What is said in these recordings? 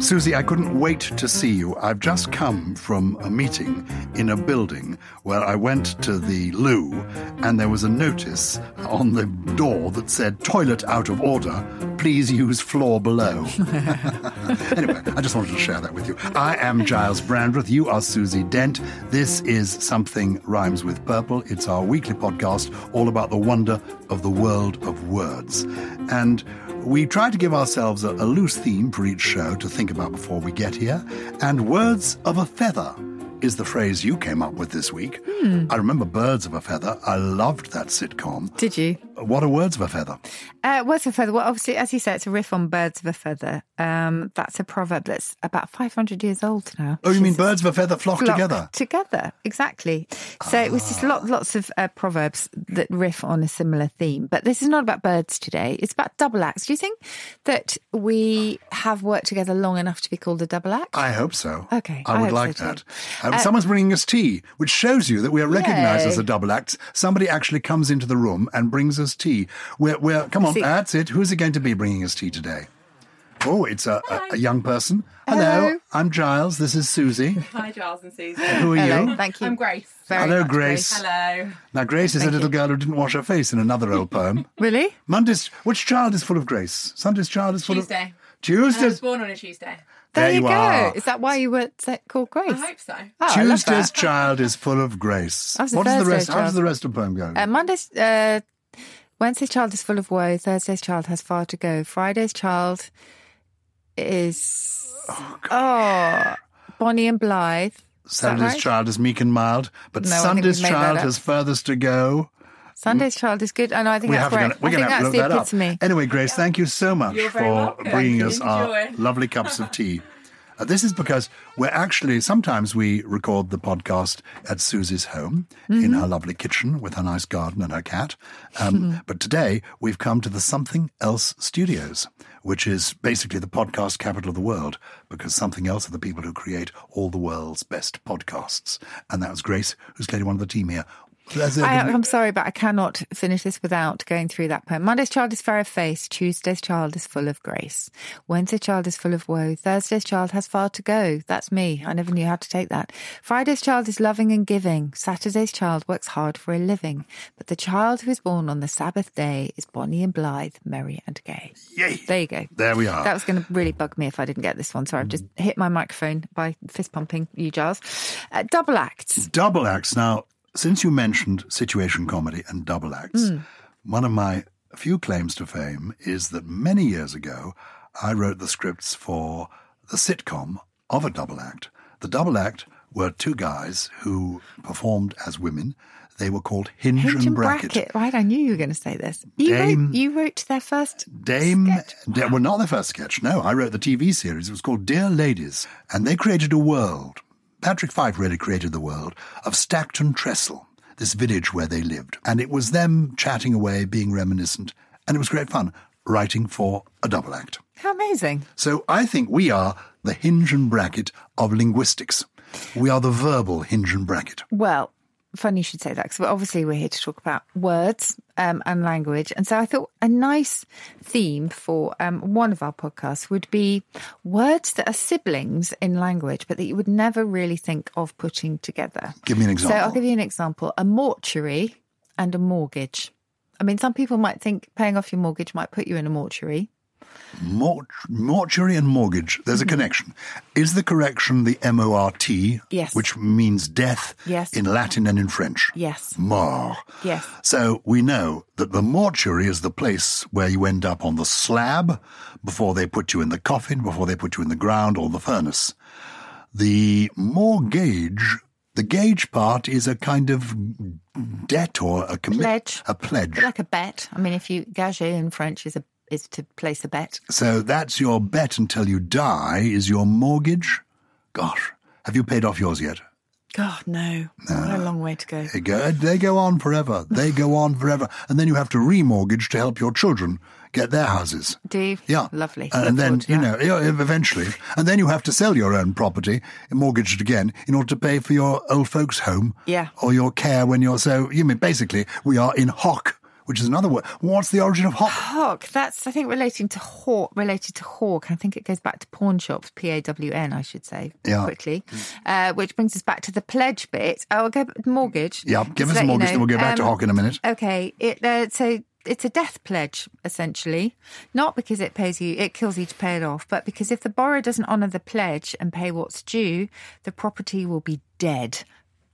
Susie, I couldn't wait to see you. I've just come from a meeting in a building where I went to the loo and there was a notice on the door that said, Toilet out of order, please use floor below. anyway, I just wanted to share that with you. I am Giles Brandreth. You are Susie Dent. This is Something Rhymes with Purple. It's our weekly podcast all about the wonder of the world of words. And we try to give ourselves a, a, loose theme for each show to think about before we get here, and words of a feather is the phrase you came up with this week. Hmm. I remember Birds of a Feather. I loved that sitcom. Did you? What are Words of a Feather? Uh, words of a Feather. Well, obviously, as you say, it's a riff on Birds of a Feather. Um, that's a proverb that's about 500 years old now. Oh, you mean Birds of a Feather flock, flock together? Together, exactly. So ah. it was just lot, lots of uh, proverbs that riff on a similar theme. But this is not about birds today. It's about double acts. Do you think that we have worked together long enough to be called a double act? I hope so. Okay. I, I would like so that. Um, uh, someone's bringing us tea, which shows you that we are recognised as a double act. Somebody actually comes into the room and brings us tea. We're, we're come on, See, that's it. Who's it going to be bringing us tea today? Oh, it's a, a, a young person. Hello. Hello, I'm Giles. This is Susie. Hi, Giles and Susie. Who are Hello, you? Thank you. I'm Grace. Very Hello, much, Grace. Grace. Hello. Now, Grace is Thank a little you. girl who didn't wash her face in another old poem. Really? Monday's, which child is full of Grace? Sunday's child is full Tuesday. of I was Tuesday. born on a Tuesday. There, There you, you go. are. Is that why you were called Grace? I hope so. Oh, I love Tuesday's that. child is full of grace. That was the What does the Thursday rest? How does child. the rest of the poem go? Uh, Monday's, uh, Wednesday's child is full of woe. Thursday's child has far to go. Friday's child is oh, Bonnie and Blythe. Is that Saturday's right? child is meek and mild, but No, I think Sunday's we've made child that up. has furthest to go. Sunday's child is good. I know. I think we that's have right. to, go- we're I going think to have to look that's the that up. epitome. Anyway, Grace, thank you so much You're very for welcome. bringing You us our enjoy. lovely cups of tea. Uh, this is because we're actually sometimes we record the podcast at Susie's home Mm-hmm. in her lovely kitchen with her nice garden and her cat. Mm-hmm. Um, but today we've come to the Something Else Studios, which is basically the podcast capital of the world because Something Else are the people who create all the world's best podcasts. And that was Grace, who's clearly one of the team here. There's a- I, I'm sorry, but I cannot finish this without going through that poem. Monday's child is fair of face. Tuesday's child is full of grace. Wednesday's child is full of woe. Thursday's child has far to go. That's me. I never knew how to take that. Friday's child is loving and giving. Saturday's child works hard for a living. But the child who is born on the Sabbath day is bonny and blithe, merry and gay. Yay! There you go. There we are. Mm. That was going to really bug me if I didn't get this one. Sorry, I've just hit my microphone by fist pumping you, Giles. Uh, double acts. Double acts. Now, since you mentioned situation comedy and double acts, Hmm. one of my few claims to fame is that many years ago, I wrote the scripts for the sitcom of a double act. The double act were two guys who performed as women. They were called Hinge, Hinge and Bracket. bracket. right? I knew you were going to say this. You, Dame- wrote, you wrote their first. Dame, Sketch. Da- well, not their first sketch. No, I wrote the TV series. It was called Dear Ladies, and they created a world. Patrick Fife really created the world of Stackton Trestle, this village where they lived, and it was them chatting away, being reminiscent, and it was great fun writing for a double act. How amazing! So I think we are the hinge and bracket of linguistics. We are the verbal hinge and bracket. Well, funny you should say that because obviously we're here to talk about words um, and language, and so I thought a nice theme for um, one of our podcasts would be words that are siblings in language, but that you would never really think of putting together. Give me an example. So I'll give you an example: a mortuary and a mortgage. I mean, some people might think paying off your mortgage might put you in a mortuary. Mort- mortuary and mortgage. There's a Mm-hmm. connection. Is the correction the M O R T? Yes. Which means death Yes. in Latin and in French. Yes. Mort. Yes. So we know that the mortuary is the place where you end up on the slab before they put you in the coffin, before they put you in the ground or the furnace. The more gauge, the gauge part is a kind of debt or a commitment. Pledge. A pledge. Like a bet. I mean, if you gage in French is a is to place a bet. So that's your bet until you die is your mortgage. Gosh, have you paid off yours yet? God, no. Uh, What a long way to go. They go, uh, they go on forever. They go on forever. And then you have to remortgage to help your children get their houses. Do you? Yeah. Uh, Lovely. And, Look then, forward to you that. know, yeah, eventually. And then you have to sell your own property, mortgage it again, in order to pay for your old folks' home. Yeah. Or your care when you're so. You mean, basically, we are in hock, which is another word. What's the origin of hock? Hawk. That's I think relating to hawk. Related to hawk. I think it goes back to pawn shops. P A W N. I should say Yeah. quickly, uh, which brings us back to the pledge bit. Oh, I'll go mortgage. Yeah, give Just us let a you mortgage, know. then we'll go back to Um, hock in a minute. Okay, it, uh, so it's a death pledge essentially, not because it pays you, it kills you to pay it off, but because if the borrower doesn't honour the pledge and pay what's due, the property will be dead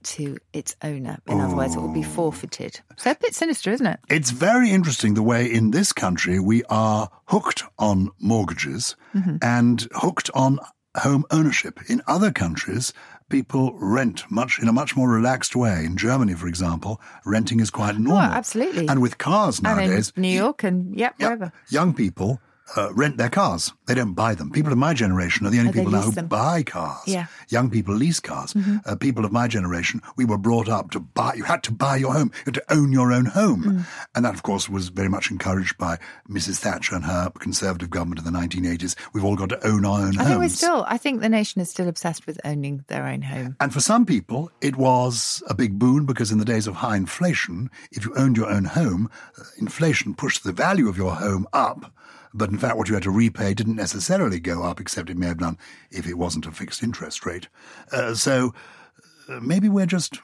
to its owner. In other words, it Oh. will be forfeited. So a bit sinister, isn't it? It's very interesting the way in this country we are hooked on mortgages Mm-hmm. and hooked on home ownership. In other countries, people rent much in a much more relaxed way. In Germany, for example, renting is quite normal. Oh, absolutely. And with cars nowadays, and in New York and yep, yeah, wherever. young people uh, rent their cars. They don't buy them. People of my generation are the only Oh, they people now lease who them. buy cars. Yeah. Mm-hmm. Young people lease cars. Uh, people of my generation, we were brought up to buy. You had to buy your home. You had to own your own home. Mm. And that, of course, was very much encouraged by Mrs. Thatcher and her conservative government in the 1980s. We've all got to own our own I homes. think we're still. I think the nation is still obsessed with owning their own home. And for some people, it was a big boon because in the days of high inflation, if you owned your own home, uh, inflation pushed the value of your home up. But in fact, what you had to repay didn't necessarily go up, except it may have done if it wasn't a fixed interest rate. Uh, so uh, maybe we're just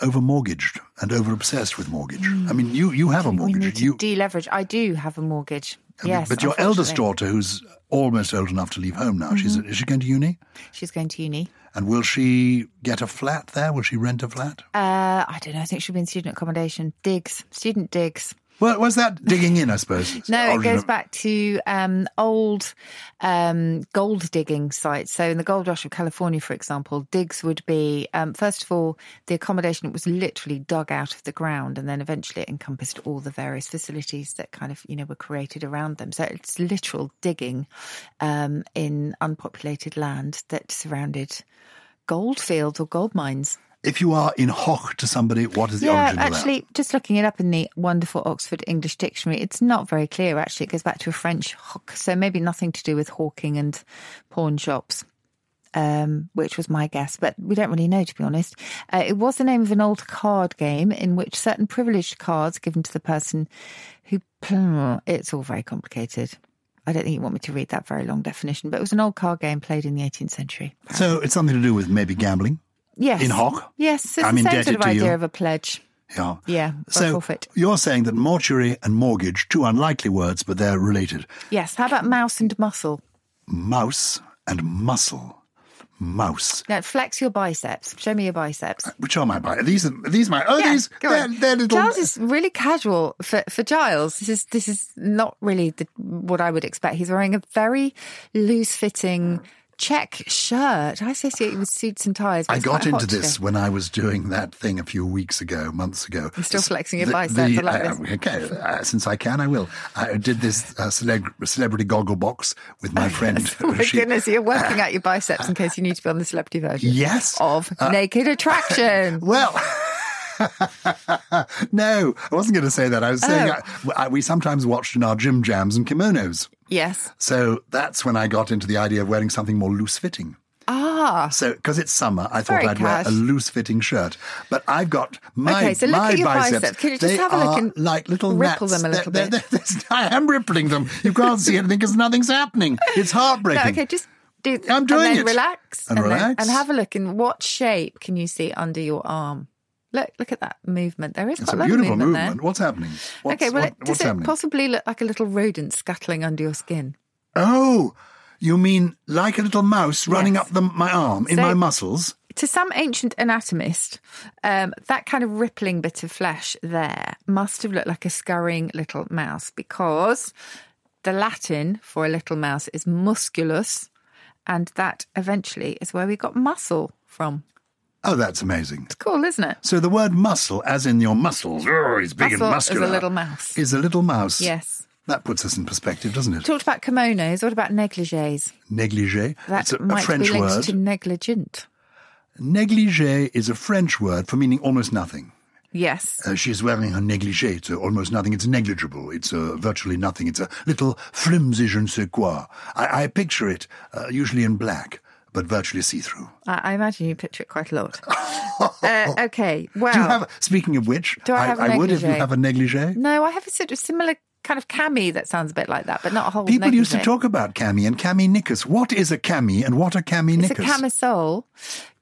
over mortgaged and over obsessed with mortgage. I mean, you, you have a Hmm. We mortgage. need to you, deleverage. I do have a mortgage. Yes, but your eldest daughter, unfortunately. who's almost old enough to leave home now, she's, Mm-hmm. is she going to uni? She's going to uni. And will she get a flat there? Will she rent a flat? Uh, I don't know. I think she'll be in student accommodation. Digs, student digs. Well, was that digging in? I suppose. It's No, it origin goes of- back to um, old um, gold digging sites. So, in the gold rush of California, for example, digs would be um, first of all, the accommodation was literally dug out of the ground, and then eventually it encompassed all the various facilities that kind of you know were created around them. So it's literal digging um, in unpopulated land that surrounded gold fields or gold mines. If you are in hock to somebody, what is the yeah, origin of actually, just looking it up in the wonderful Oxford English Dictionary, it's not very clear. Actually, it goes back to a French hawk, so maybe nothing to do with hawking and pawn shops, um, which was my guess. But we don't really know, to be honest. Uh, it was the name of an old card game in which certain privileged cards given to the person who. It's all very complicated. I don't think you want me to read that very long definition, but it was an old card game played in the 18th century. that? So it's something to do with maybe gambling. Yes. In hock? Yes. It's I'm the same indebted sort of to you. idea of a pledge. Yeah. Yeah, or So forfeit. you're saying that mortuary and mortgage, two unlikely words, but they're related. Yes. How about mouse and muscle? Mouse and muscle. Mouse. No, flex your biceps. Show me your biceps. Which are my bi- these are these are my oh Yeah, these go they're, on. they're little Giles is really casual for, for Giles. This is this is not really the, what I would expect. He's wearing a very loose fitting check shirt. I associate it with suits and ties. but I it's got quite into hot this today. when I was doing that thing a few weeks ago, months ago. You're still flexing your The- biceps. the- I like this. okay, uh, since I can, I will. I did this uh, celeb- celebrity goggle box with my friend. Oh my She- goodness, you're working out your biceps in case you need to be on the celebrity version. Yes. Uh, Of Naked Attraction. Well, no, I wasn't going to say that. I was Oh. saying I, I, we sometimes watched in our gym jams and kimonos. yes. So that's when I got into the idea of wearing something more loose fitting. Ah. So, because it's summer, I thought Very I'd cash. wear a loose fitting shirt. But I've got my, Okay, so look my at your biceps. biceps. Can you just they have a look are and like little ripple gnats. them a They're- little they're- bit? they're- I am rippling them. You can't see anything because nothing's happening. It's heartbreaking. No, okay, just do. I'm doing and then it. Relax And then- relax. and have a look. And what shape can you see under your arm? Look, look at that movement. There is it's quite a lot of beautiful movement, there. movement. What's happening? What's, okay, well, what- it- does what's it happening? possibly look like a little rodent scuttling under your skin? Oh, you mean like a little mouse running Yes. up the, my arm in So- my muscles? To some ancient anatomist, um, that kind of rippling bit of flesh there must have looked like a scurrying little mouse because the Latin for a little mouse is musculus. And that eventually is where we got muscle from. Oh, that's amazing. It's cool, isn't it? So the word muscle, as in your muscles, oh, he's big and Muscle is a muscular. little mouse. Is a little mouse. Yes. That puts us in perspective, doesn't it? Talked about kimonos. What about negligees? Negligé. That it's a, a might French be linked word. to negligent. Negligé is a French word for meaning almost nothing. Yes. Uh, she's wearing her negligé. It's uh, almost nothing. It's negligible. It's uh, virtually nothing. It's a little flimsy je ne sais quoi. I, I picture it uh, usually in black, but virtually see-through. I, I imagine you picture it quite a lot. uh, okay. Well, Do you have? Speaking of which, Do I have a would if you negligée? have a negligé. no, I have a sort of similar kind of cami that sounds a bit like that, but not a whole. People used to negligee. talk about cami and cami knickers. What is a cami and what are cami It's knickers? a camisole.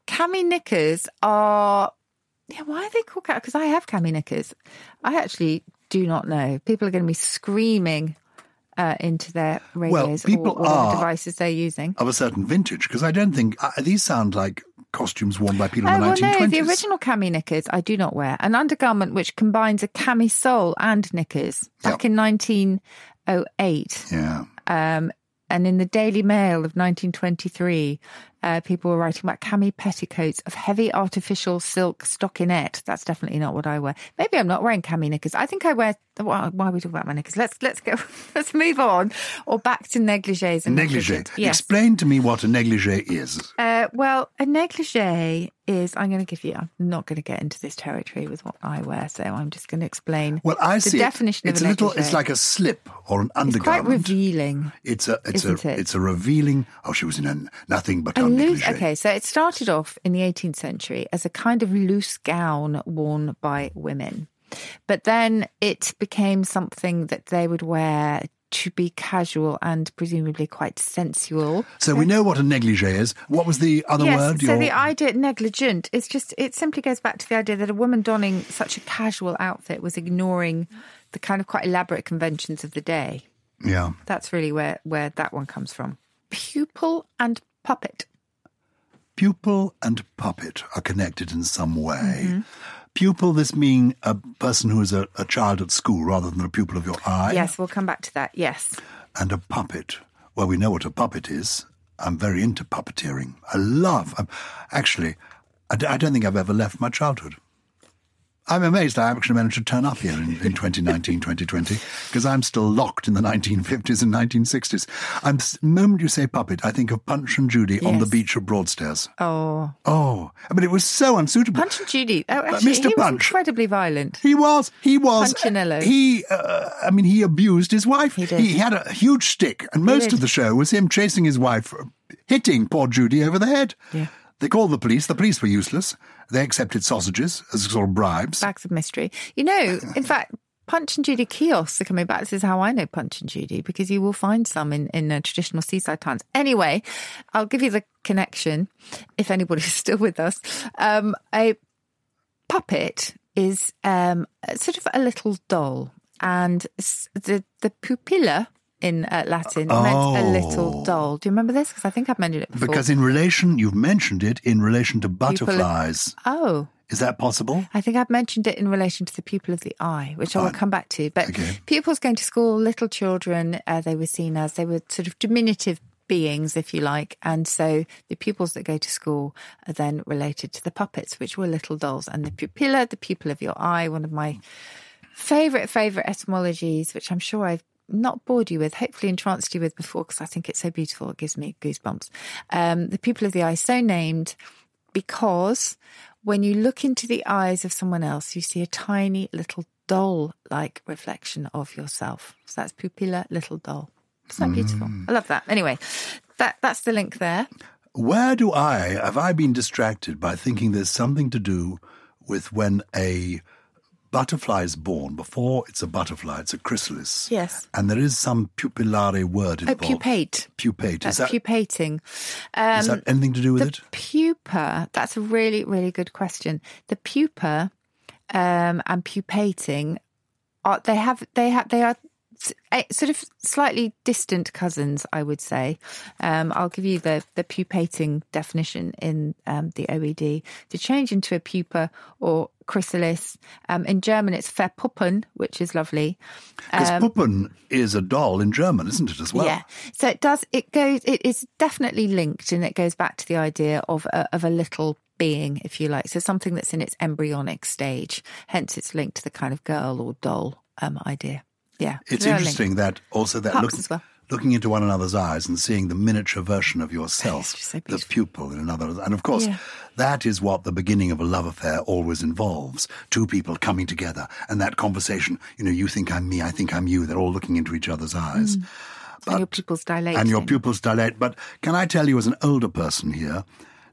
Cami knickers are. Yeah, why are they called cami? Because I have cami knickers. I actually do not know. People are going to be screaming uh, into their radios people or whatever are- devices they're using. of a certain vintage, because I don't think uh, these sound like costumes worn by people Oh, in the well, 1920s. no, the original cami knickers I do not wear. An undergarment which combines a camisole and knickers back in 1908. Yeah. Um, and in the Daily Mail of 1923, uh, people were writing about cami petticoats of heavy artificial silk stockinette. That's definitely not what I wear. Maybe I'm not wearing cami knickers. I think I wear. Why why are we talking about my knickers? Let's let's go. Let's move on, or back to negligees and Negligee. negligent. Yes. Explain to me what a negligee is. Uh, well, a negligee is. I'm going to give you. I'm not going to get into this territory with what I wear, so I'm just going to explain. Well, I the see. it- definition it's of a a little. negligee. It's like a slip or an it's quite undergarment. revealing. it's a. It's isn't a. it? It's a revealing. Oh, she was in a nothing but a, A loose, negligee. okay, so it started off in the 18th century as a kind of loose gown worn by women. But then it became something that they would wear to be casual and presumably quite sensual. So we know what a negligee is. What was the other yes, word? so Your- the idea negligent is just it simply goes back to the idea that a woman donning such a casual outfit was ignoring the kind of quite elaborate conventions of the day. yeah. That's really where where that one comes from. Pupil and puppet. Pupil and puppet are connected in some way. Mm-hmm. Pupil, this being a person who is a, a child at school rather than a pupil of your eye. yes, we'll come back to that. Yes. and a puppet. Well, we know what a puppet is. I'm very into puppeteering. I love. I'm, actually, I, d- I don't think I've ever left my childhood. I'm amazed I actually managed to turn up here in, in 2019, 2020, because I'm still locked in the 1950s and 1960s. I'm, s- the moment you say puppet, I think of Punch and Judy on the Yes. beach at Broadstairs. Oh, Oh, I mean, it was so unsuitable. Punch and Judy. Oh, actually, Mr. he was Punch. incredibly violent. He was. He was. Punchinello. He. Uh, I mean, he abused his wife. He did. had a huge stick, and most did. of the show was him chasing his wife, uh, hitting poor Judy over the head. Yeah. They called the police. The police were useless. They accepted sausages as sort of bribes. Bags of mystery. You know, in fact, Punch and Judy kiosks are coming back. This is how I know Punch and Judy because you will find some in, in uh, traditional seaside towns. Anyway, I'll give you the connection if anybody's still with us. Um, a puppet is um, sort of a little doll, and s- the the pupilla in uh, Latin meant a little Oh. doll. Do you remember this? Because I think I've mentioned it before. Because in relation, you've mentioned it in relation to butterflies. oh. Is that possible? I think I've mentioned it in relation to the pupil of the eye, which I will Fine. come back to. But Okay. pupils going to school, little children, uh, they were seen as they were sort of diminutive beings, if you like. And so the pupils that go to school are then related to the puppets, which were little dolls. And the pupilla, the pupil of your eye, one of my favorite, favorite etymologies, which I'm sure I've not bored you with, hopefully entranced you with before, because I think it's so beautiful. It gives me goosebumps. Um, the pupil of the eye, so named because when you look into the eyes of someone else, you see a tiny little doll like reflection of yourself. So that's pupilla, little doll. Isn't that beautiful? Mm. I love that. Anyway, that, that's the link there. Where do I have I been distracted by thinking there's something to do with when a butterfly is born? Before it's a butterfly, it's a chrysalis. Yes. And there is some pupillary word Oh, involved. pupate. Pupate. That's Is that, pupating. Um, is that anything to do with the it? pupa, that's a really, really good question. The pupa um, and pupating are they have they have they are s- eh, sort of slightly distant cousins, I would say. Um, I'll give you the, the pupating definition in um, the OED. To change into a pupa or chrysalis. Um, in German, it's verpuppen, which is lovely. Because Puppen is a doll in German, isn't it, as well? um, Yeah. So it does. It goes. It is definitely linked, and it goes back to the idea of a, of a little being, if you like. So something that's in its embryonic stage. Hence, it's linked to the kind of girl or doll um, idea. Yeah. It's They're linked. interesting that also that Pups look, as well. looking into one another's eyes and seeing the miniature version of yourself, just so the beautiful. pupil in another. And of course, Yeah. that is what the beginning of a love affair always involves two people coming together and that conversation, you know, you think I'm me, I think I'm you. They're all looking into each other's eyes. Mm. And your pupils dilate. and your then. pupils dilate. But can I tell you, as an older person here,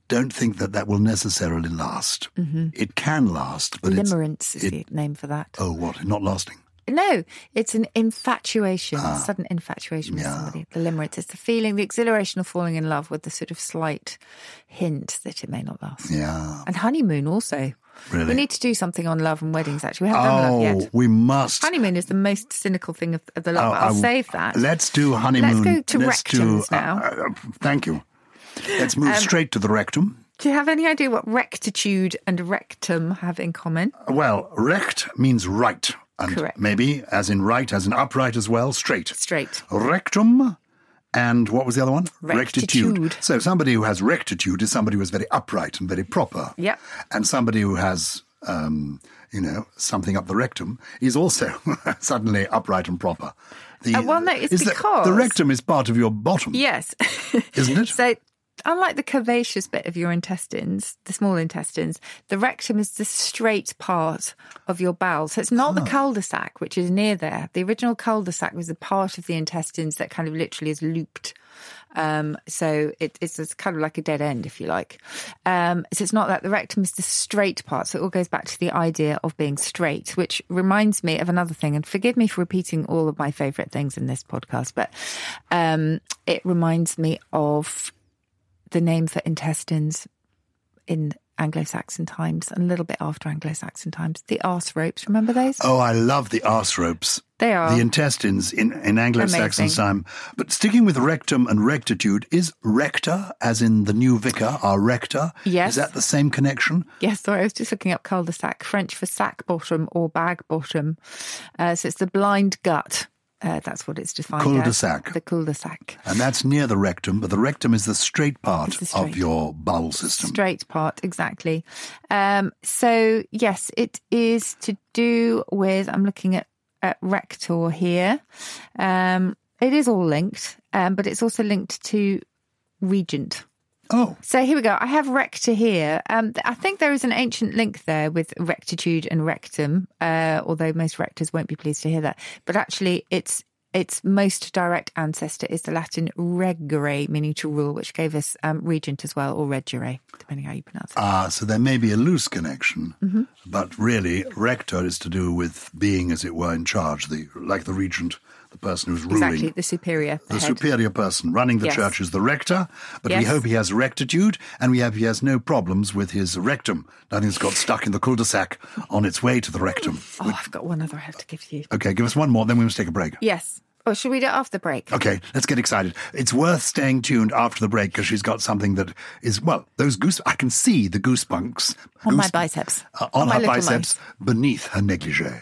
don't think that that will necessarily last. Mm-hmm. It can last, but it's Limerence is the name for that. oh, what not lasting. No, it's an infatuation, Ah. a sudden infatuation with somebody. The limerence is the feeling, the exhilaration of falling in love with the sort of slight hint that it may not last. Yeah, And honeymoon also. Really? We need to do something on love and weddings, actually. We haven't Oh, done love yet. we must. Honeymoon is the most cynical thing of, of the lot, Oh, but I'll I- save that. Let's do honeymoon. go to do- rectums now. Um, uh, thank you. Let's move straight to the rectum. Do you have any idea what rectitude and rectum have in common? Well, rect means right, and Correct. maybe as in right, as in upright as well, straight. Straight. Rectum. And what was the other one? Rectitude. So somebody who has rectitude is somebody who is very upright and very proper. Yep. And somebody who has, um, you know, something up the rectum is also suddenly upright and proper. The, Uh, well, no, it's is the- because- the, rectum is part of your bottom, Yes. isn't it? So, unlike the curvaceous bit of your intestines, the small intestines, the rectum is the straight part of your bowel. So, it's not the cul de sac, which is near there. The original cul de sac was the part of the intestines that kind of literally is looped. Um, so it, it's, it's kind of like a dead end, if you like. Um, so it's not that the rectum is the straight part. So it all goes back to the idea of being straight, which reminds me of another thing. And forgive me for repeating all of my favorite things in this podcast, but um, it reminds me of the name for intestines in Anglo-Saxon times and a little bit after Anglo-Saxon times. The arse ropes, remember those? Oh, I love the arse ropes. They are. The intestines in, in Anglo-Saxon Amazing. time. But sticking with rectum and rectitude, is rector, as in the new vicar, our rector? Yes. Is that the same connection? Yes, sorry, I was just looking up cul-de-sac, French for sack bottom or bag bottom. Uh, so it's the blind gut. Uh, that's what it's defined as. Cul-de-sac. The cul-de-sac. And that's near the rectum, but the rectum is the straight part It's the of straight. your bowel system. Straight part, exactly. Um, so yes, it is to do with. I'm looking at, at rector here. Um, it is all linked, um, but it's also linked to regent. Oh, So here we go. I have rector here. Um, th- I think there is an ancient link there with rectitude and rectum, uh, although most rectors won't be pleased to hear that. But actually, it's its most direct ancestor is the Latin regere, meaning to rule, which gave us um, regent as well, or regere, depending how you pronounce it. ah, so there may be a loose connection, Mm-hmm. but really, rector is to do with being, as it were, in charge, the like the regent, the person who's ruling. exactly, the superior. The head. superior person running the Yes. church is the rector, but we Yes. hope he has rectitude and we hope he has no problems with his rectum. Nothing's got stuck in the cul de sac on its way to the rectum. Oh, I've got one other I have to give you. Okay, give us one more, then we must take a break. Yes. Or should we do it after the break? Okay, let's get excited. It's worth staying tuned after the break because she's got something that is, well, those goose. I can see the goosebumps. On my goose- biceps. uh, on, my her little biceps beneath her negligee.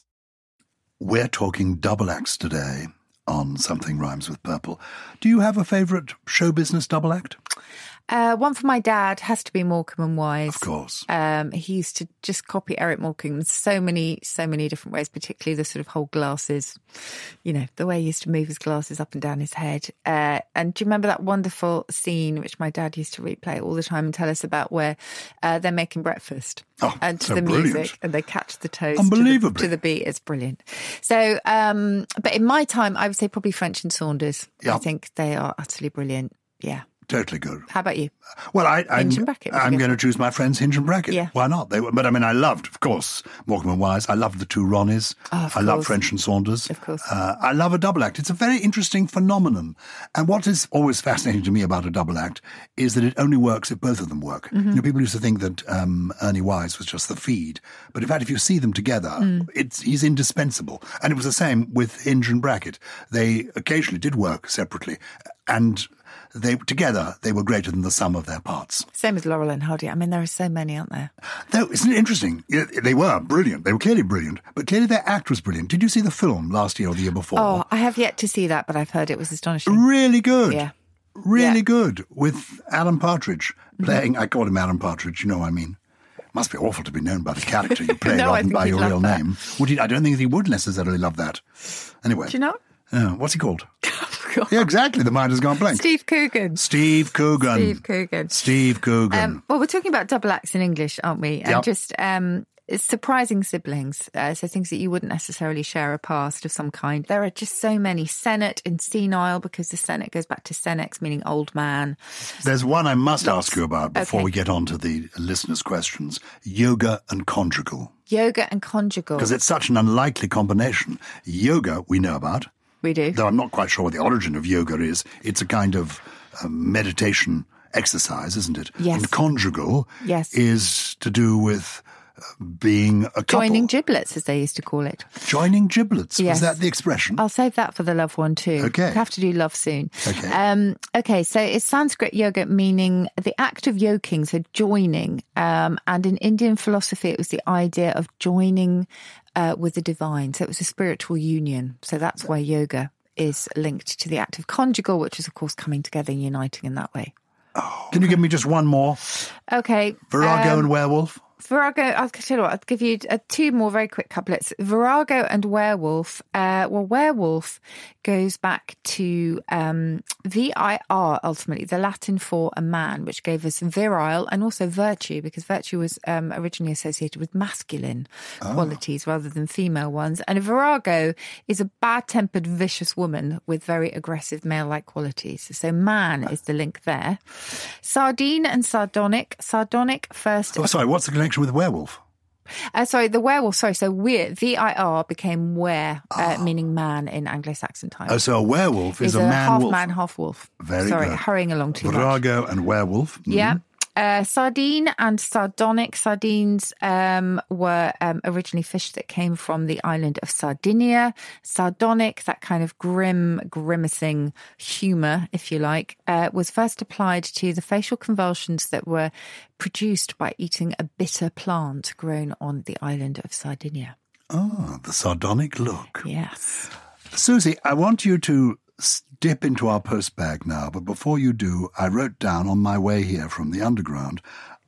We're talking double acts today on Something Rhymes with Purple. Do you have a favourite show business double act? Uh, one for my dad has to be Morecambe and Wise. Of course. Um, he used to just copy Eric Morecambe in so many, so many different ways, particularly the sort of whole glasses, you know, the way he used to move his glasses up and down his head. Uh, and do you remember that wonderful scene, which my dad used to replay all the time and tell us about, where uh, they're making breakfast? Oh, and to so the brilliant. music, and they catch the toast. Unbelievably. To the, to the beat. It's brilliant. So, um, but in my time, I would say probably French and Saunders. Yeah. I think they are utterly brilliant. Yeah. Totally good. How about you? Well, I, I'm, Hinge and Brackett was I'm good. going to choose my friends Hinge and Brackett. Yeah. Why not? They were, but I mean, I loved, of course, Morecambe and Wise. I loved the two Ronnies. Oh, of I love course. French and Saunders. Of course. Uh, I love a double act. It's a very interesting phenomenon. And what is always fascinating to me about a double act is that it only works if both of them work. Mm-hmm. You know, people used to think that um, Ernie Wise was just the feed. But in fact, if you see them together, Mm. it's, he's indispensable. And it was the same with Hinge and Brackett. They occasionally did work separately. And they together they were greater than the sum of their parts. Same as Laurel and Hardy. I mean, there are so many, aren't there? Though, isn't it interesting? Yeah, They were brilliant. They were clearly brilliant, but clearly their act was brilliant. Did you see the film last year or the year before? Oh, I have yet to see that, but I've heard it was astonishing. Really good. Yeah. Mm-hmm. Really good with Alan Partridge playing. I called him Alan Partridge. You know what I mean? Must be awful to be known by the character you play No, I rather than think by he'd your love real that. name. Would he? I don't think he would necessarily love that. Anyway, Do you know? Oh, Uh, what's he called? yeah, exactly. The mind has gone blank. Steve Coogan. Steve Coogan. Steve Coogan. Steve Coogan. Um, well, we're talking about double acts in English, aren't we? And Yep. just um, surprising siblings. Uh, so things that you wouldn't necessarily share a past of some kind. There are just so many. Senate and senile, because the Senate goes back to Senex, meaning old man. There's one I must ask you about before Okay. we get on to the listeners' questions yoga and conjugal. Yoga and conjugal. Because it's such an unlikely combination. Yoga, we know about, we do. though I'm not quite sure what the origin of yoga is. It's a kind of uh, meditation exercise, isn't it? Yes. And conjugal Yes. is to do with uh, being a couple. Joining giblets, as they used to call it. Joining giblets. Yes. Oh. Was that the expression? I'll save that for the love one too. Okay. We have to do love soon. Okay. Um, okay. So it's Sanskrit yoga, meaning the act of yoking, so joining. Um, and in Indian philosophy, it was the idea of joining uh, with the divine. So it was a spiritual union. So that's why yoga is linked to the act of conjugal, which is, of course, coming together and uniting in that way. Can you give me just one more? Okay. Virago um, and werewolf? Virago, I'll tell you what, I'll give you uh, two more very quick couplets. Virago and Werewolf. Uh, well, Werewolf goes back to um, V-I-R, ultimately, the Latin for a man, which gave us virile and also virtue, because virtue was um, originally associated with masculine qualities rather than female ones. And a Virago is a bad-tempered, vicious woman with very aggressive male-like qualities. So man is the link there. Sardine and sardonic. Sardonic first Oh, sorry, what's the connection with werewolf? uh, sorry, the werewolf. Sorry, so we're V I R became were, uh, meaning man in Anglo-Saxon times. Ah. Oh, so a werewolf is, He's a, half man wolf. man, half wolf. Very sorry, good. hurrying along too much. Virago and werewolf. Mm. Yeah. Uh, sardine and sardonic sardines um, were um, originally fish that came from the island of Sardinia. Sardonic, that kind of grim, grimacing humour, if you like, uh, was first applied to the facial convulsions that were produced by eating a bitter plant grown on the island of Sardinia. Ah, the sardonic look. Yes. Susie, I want you to s- dip into our post bag now, but before you do, I wrote down on my way here from the underground,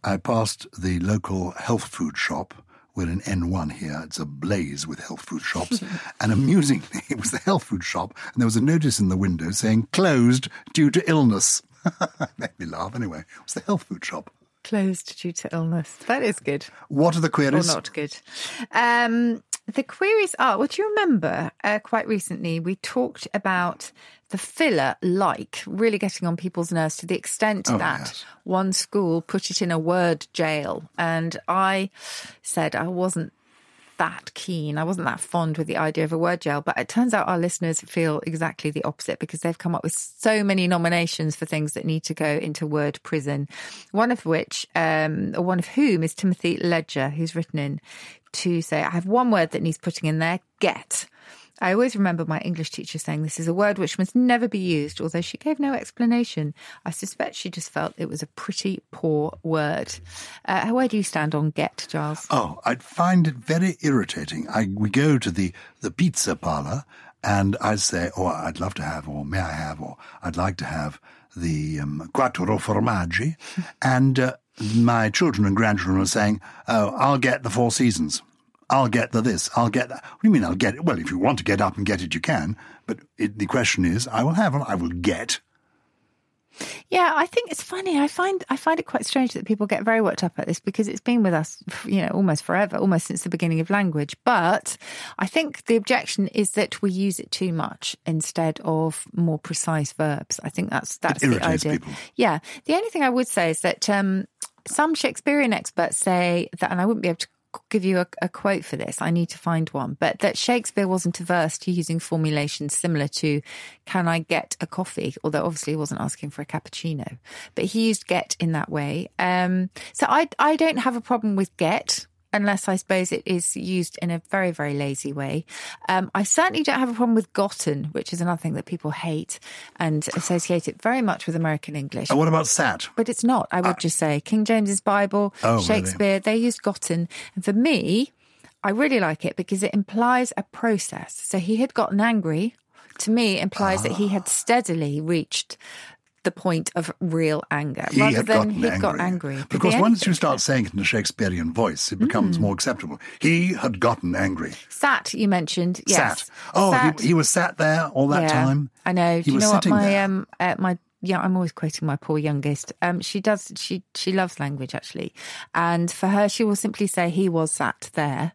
I passed the local health food shop. We're in N1 here. It's ablaze with health food shops. and amusingly, it was the health food shop, and there was a notice in the window saying closed due to illness. Made me laugh anyway. It was the health food shop. Closed due to illness. That is good. What are the Or queries? not good. Um, the queries are well, do you remember uh, quite recently we talked about the filler like really getting on people's nerves to the extent Oh, that yes. one school put it in a word jail. And I said I wasn't that keen. I wasn't that fond with the idea of a word gel, but it turns out our listeners feel exactly the opposite because they've come up with so many nominations for things that need to go into word prison. One of which, um, or one of whom, is Timothy Ledger, who's written in to say, I have one word that needs putting in there get. I always remember my English teacher saying this is a word which must never be used, although she gave no explanation. I suspect she just felt it was a pretty poor word. Uh, where do you stand on get, Giles? Oh, I find it very irritating. I, we go to the, the pizza parlor and I say, oh, I'd love to have, or may I have, or I'd like to have the um, quattro formaggi. and uh, my children and grandchildren are saying, oh, I'll get the four seasons. I'll get the this, I'll get that. What do you mean I'll get it? Well, if you want to get up and get it, you can. But it, the question is, I will have, I will get. Yeah, I think it's funny. I find I find it quite strange that people get very worked up at this because it's been with us, you know, almost forever, almost since the beginning of language. But I think the objection is that we use it too much instead of more precise verbs. I think that's that's the irritates idea. people. Yeah. The only thing I would say is that um, some Shakespearean experts say that, and I wouldn't be able to give you a, a quote for this. I need to find one, but that Shakespeare wasn't averse to using formulations similar to "Can I get a coffee?" Although obviously he wasn't asking for a cappuccino, but he used "get" in that way. Um, so I I don't have a problem with "get." Unless I suppose it is used in a very, very lazy way. Um, I certainly don't have a problem with gotten, which is another thing that people hate and associate it very much with American English. And what about sat? But it's not, I would just say. King James's Bible, Oh, really? Shakespeare, they used gotten. And for me, I really like it because it implies a process. So he had gotten angry, to me, implies that he Ah. had steadily reached the point of real anger He rather had than gotten he angry. got angry. Could be Because once anything. you start saying it in a Shakespearean voice, it becomes Hmm. more acceptable. He had gotten angry. Sat, you mentioned. Yes. Sat. Oh, Sat. He, he was sat there all that Yeah, time. I know. He Do you was know what sitting my there. um uh, my yeah, I'm always quoting my poor youngest. Um, she does she she loves language actually, and for her she will simply say he was sat there.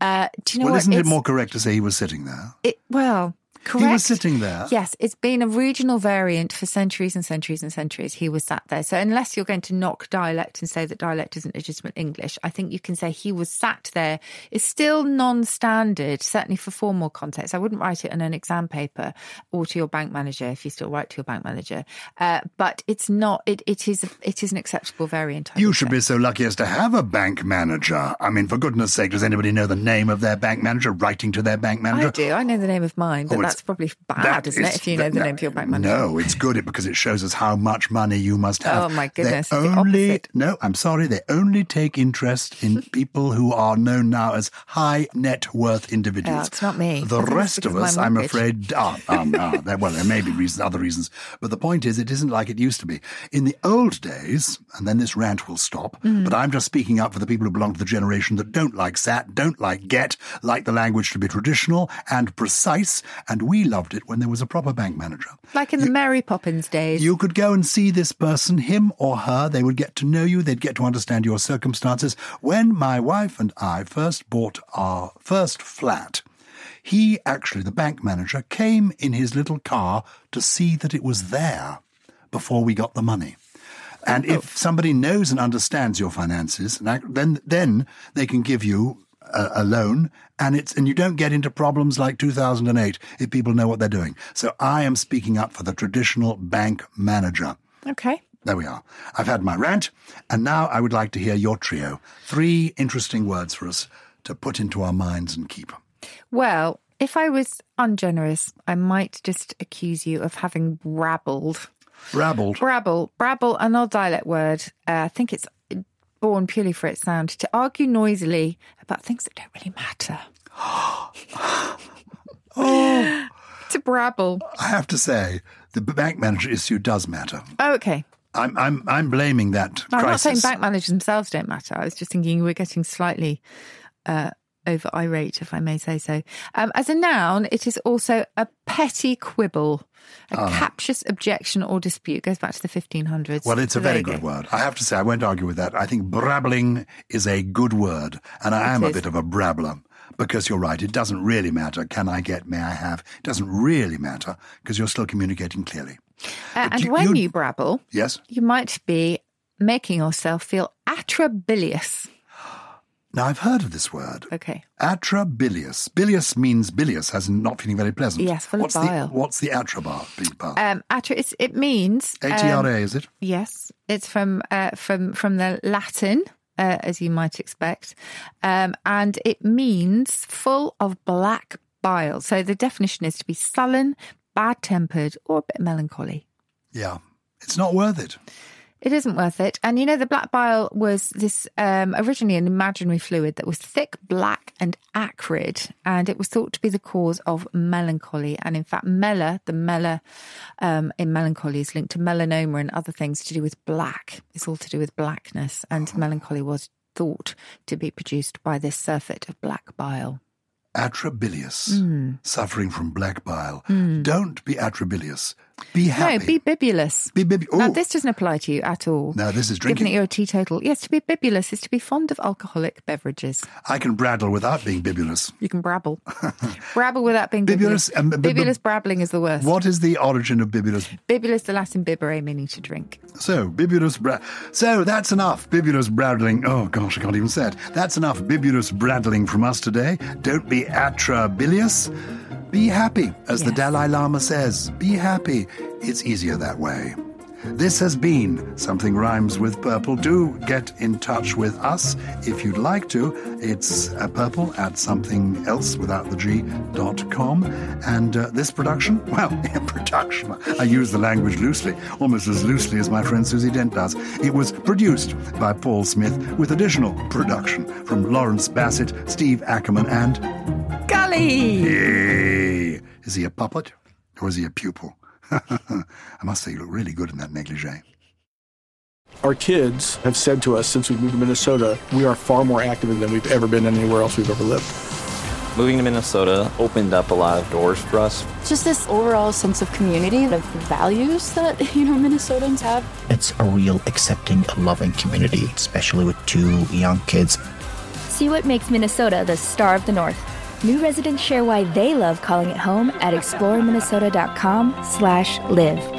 Uh, do you know well, what? isn't it It's- more correct to say he was sitting there? It well. Correct. He was sitting there. Yes, it's been a regional variant for centuries and centuries and centuries. He was sat there. So, unless you're going to knock dialect and say that dialect isn't legitimate English, I think you can say he was sat there is still non standard, certainly for formal context. I wouldn't write it on an exam paper or to your bank manager if you still write to your bank manager. Uh, but it's not, it, it, is, it is an acceptable variant. I You would should say. be so lucky as to have a bank manager. I mean, for goodness sake, does anybody know the name of their bank manager, writing to their bank manager? I do. I know the name of mine, but Oh, it's- that's probably That bad, is isn't is- it? If you know that- the no, name of your bank manager. No, it's good because it shows us how much money you must have. Oh, my They goodness, it's the only, no, I'm sorry. They only take interest in people who are known now as high net worth individuals. Yeah, it's not me. I The think it's rest of because us, my I'm mortgage. afraid, are. are, are. There- well, there may be reasons, other reasons. But the point is, it isn't like it used to be. In the old days, and then this rant will stop, Mm-hmm. but I'm just speaking up for the people who belong to the generation that don't like SAT, don't like GET, like the language to be traditional and precise. And we loved it when there was a proper bank manager. Like in the Mary Poppins days. You could go and see this person, him or her. They would get to know you. They'd get to understand your circumstances. When my wife and I first bought our first flat, he actually, the bank manager, came in his little car to see that it was there before we got the money. And Oh. if somebody knows and understands your finances, and act- then then they can give you a, a loan, and it's and you don't get into problems like 2008 if people know what they're doing. So I am speaking up for the traditional bank manager. Okay. There we are. I've had my rant, and now I would like to hear your trio. Three interesting words for us to put into our minds and keep. Well, if I was ungenerous, I might just accuse you of having rabbled. Rabbled. Brabble. Brabble, an old dialect word. Uh, I think it's born purely for its sound. To argue noisily about things that don't really matter. Oh, To brabble. I have to say, the bank manager issue does matter. Oh, okay. I'm I'm I'm blaming that No, I'm not crisis. saying bank managers themselves don't matter. I was just thinking we're getting slightly uh, over irate, if I may say so. Um, as a noun, it is also a petty quibble, a captious objection or dispute. Goes back to the 1500s. Ah. Well, it's a So there very you go. good word. I have to say, I won't argue with that. I think brabbling is a good word, and I am a is. bit of a brabbler because you're right. It doesn't really matter. Can I get? May I have? It doesn't really matter because you're still communicating clearly. Uh, But and you- when you- you brabble, Yes. you might be making yourself feel atrabilious. Now, I've heard of this word. Okay. Atra bilious. Bilious means bilious, as in not feeling very pleasant. Yes, full of what's bile. The, what's the atra bar? be- bar? Um, atra, it's, it means um, ATRA, is it? Yes, it's from uh, from from the Latin, uh, as you might expect, um, and it means full of black bile. So the definition is to be sullen, bad tempered, or a bit melancholy. Yeah. It's not worth it. It isn't worth it. And you know, the black bile was this um, originally an imaginary fluid that was thick, black, and acrid. And it was thought to be the cause of melancholy. And in fact, mela, the mela um, in melancholy is linked to melanoma and other things to do with black. It's all to do with blackness. And melancholy was thought to be produced by this surfeit of black bile. Atra bilious. Mm. Suffering from black bile. Mm. Don't be atra bilious. Be happy. No, be bibulous. Be bib- Now, Ooh. this doesn't apply to you at all. Now, this is Given that drinking. you're a teetotal, yes, to be bibulous is to be fond of alcoholic beverages. I can braddle without being bibulous. You can brabble. brabble without being Bibulous, bibulous. um, b- b- bibulous brabbling is the worst. What is the origin of bibulous? Bibulous, the Latin bibere, meaning to drink. So, bibulous bra- So, that's enough. Bibulous braddling. Oh, gosh, I can't even say it. That's enough bibulous braddling from us today. Don't be atra bilious. Be happy, as the Dalai Lama says. Be happy. It's easier that way. This has been Something Rhymes with Purple. Do get in touch with us if you'd like to. It's uh, purple at something else without the G dot com. And uh, this production, well, production, I use the language loosely, almost as loosely as my friend Susie Dent does. It was produced by Paul Smith with additional production from Lawrence Bassett, Steve Ackerman, and Golly! Yay! Is he a puppet or is he a pupil? I must say, you look really good in that negligee. Our kids have said to us since we moved to Minnesota, we are far more active than we've ever been anywhere else we've ever lived. Moving to Minnesota opened up a lot of doors for us. Just this overall sense of community, of values that, you know, Minnesotans have. It's a real accepting, loving community, especially with two young kids. See what makes Minnesota the star of the North. New residents share why they love calling it home at exploreminnesota.com slash live.